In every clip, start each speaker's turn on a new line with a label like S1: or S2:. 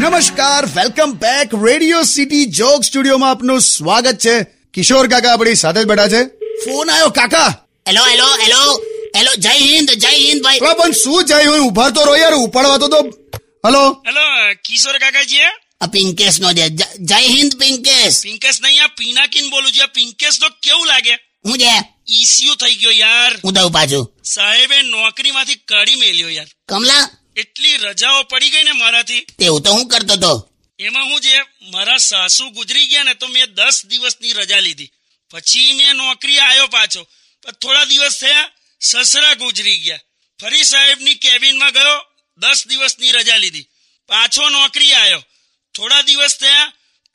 S1: નમસ્કાર welcome back radio city joke સ્ટુડિયોમાં આપનું સ્વાગત છે કિશોર કાકા આપણી સાથે જ બેઠા છે ફોન આવ્યો કાકા
S2: હેલો હેલો હેલો હેલો જય હિન્દ જય હિન્દ ભાઈ
S1: અલા, પણ શું જઈ હું ઉભર તો રહો યાર ઉપાડવા તો દો હલો
S3: હેલો કિશોર કાકાજી હે?
S2: આ પિંકેશ નો છે જય- જય હિન્દ પિંકેશ
S3: પિંકેશ નહીં આ પીનાકીન બોલું છું આ પિંકેશ તો કેવું લાગે
S2: હું છે
S3: ઈસીયુ થઈ ગયો યાર
S2: હું દઉં પાછું
S3: સાહેબે નોકરીમાંથી કાઢી મેલ્યો યાર
S2: કમલા
S3: એટલી રજાઓ પડી ગઈ ને મારાથી
S2: તેવું તો હું કરતો તો
S3: એમાં હું જે મારા સાસુ ગુજરી ગયા ને તો મેં દસ દિવસની રજા લીધી પછી મેં નોકરી આવ્યો પાછો પણ થોડા દિવસ થયા સસરા ગુજરી ગયા ફરી સાહેબની કેબિનમાં ગયો દસ દિવસની રજા લીધી પાછો નોકરી આવ્યો થોડા દિવસ થયા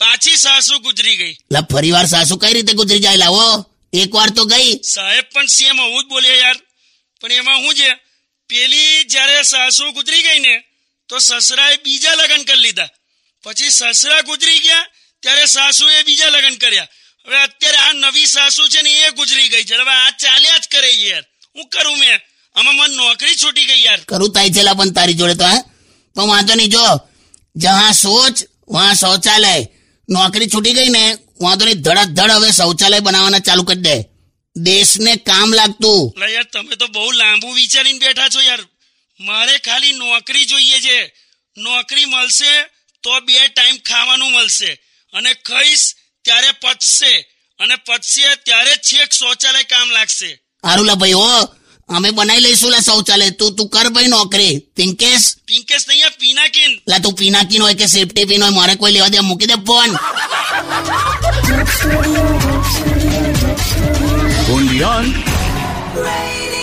S3: પાછી સાસુ ગુજરી ગઈ
S2: લા ફરી વાર સાસુ કઈ રીતે ગુજરી જાય લાવો એક વાર તો ગઈ
S3: સાહેબ પણ સેમ આવું જ બોલ્યા યાર પણ એમાં શું છે પેલી જ્યારે સાસુ ગુજરી ગઈ ને તો સસરાએ બીજા લગ્ન કરી લીધા પછી સસરા ગુજરી ગયા ત્યારે સાસુએ બીજા લગ્ન કર્યા હવે અત્યારે આ નવી સાસુ છે ને એ ગુજરી ગઈ છે હવે આ ચાલ્યા જ કરે છે યાર હું કરું મેં આમાં મને નોકરી છૂટી ગઈ યાર
S2: કરું તાઈ છેલા પણ તારી જોડે તો હે પણ વાંધો નહીં જો જહાં સોચ વહાં શૌચાલય નોકરી છૂટી ગઈ ને વાંધો નહીં ધડાધડ હવે શૌચાલય બનાવવાના ચાલુ કરી દે દેશને કામ લાગતું
S3: એટલે યાર તમે તો બહુ લાંબુ વિચારીને બેઠા છો યાર મારે ખાલી નોકરી જોઈએ છે નોકરી મળશે તો બે ટાઈમ ખાવાનું મળશે અને ખાઈશ ત્યારે પચશે અને પચશે ત્યારે છેક શૌચાલય કામ લાગશે
S2: હારું લા ભાઈ હો અમે બનાવી લઈશું લા શૌચાલય તું તું કર ભાઈ નોકરી પિંકેશ
S3: પિંકેશ નહીં આ પીનાકીન
S2: લા તું પીનાકીન હોય કે સેફટી પીન હોય મારે કોઈ લેવા દે મૂકી દે ફોન
S4: only on
S5: Radio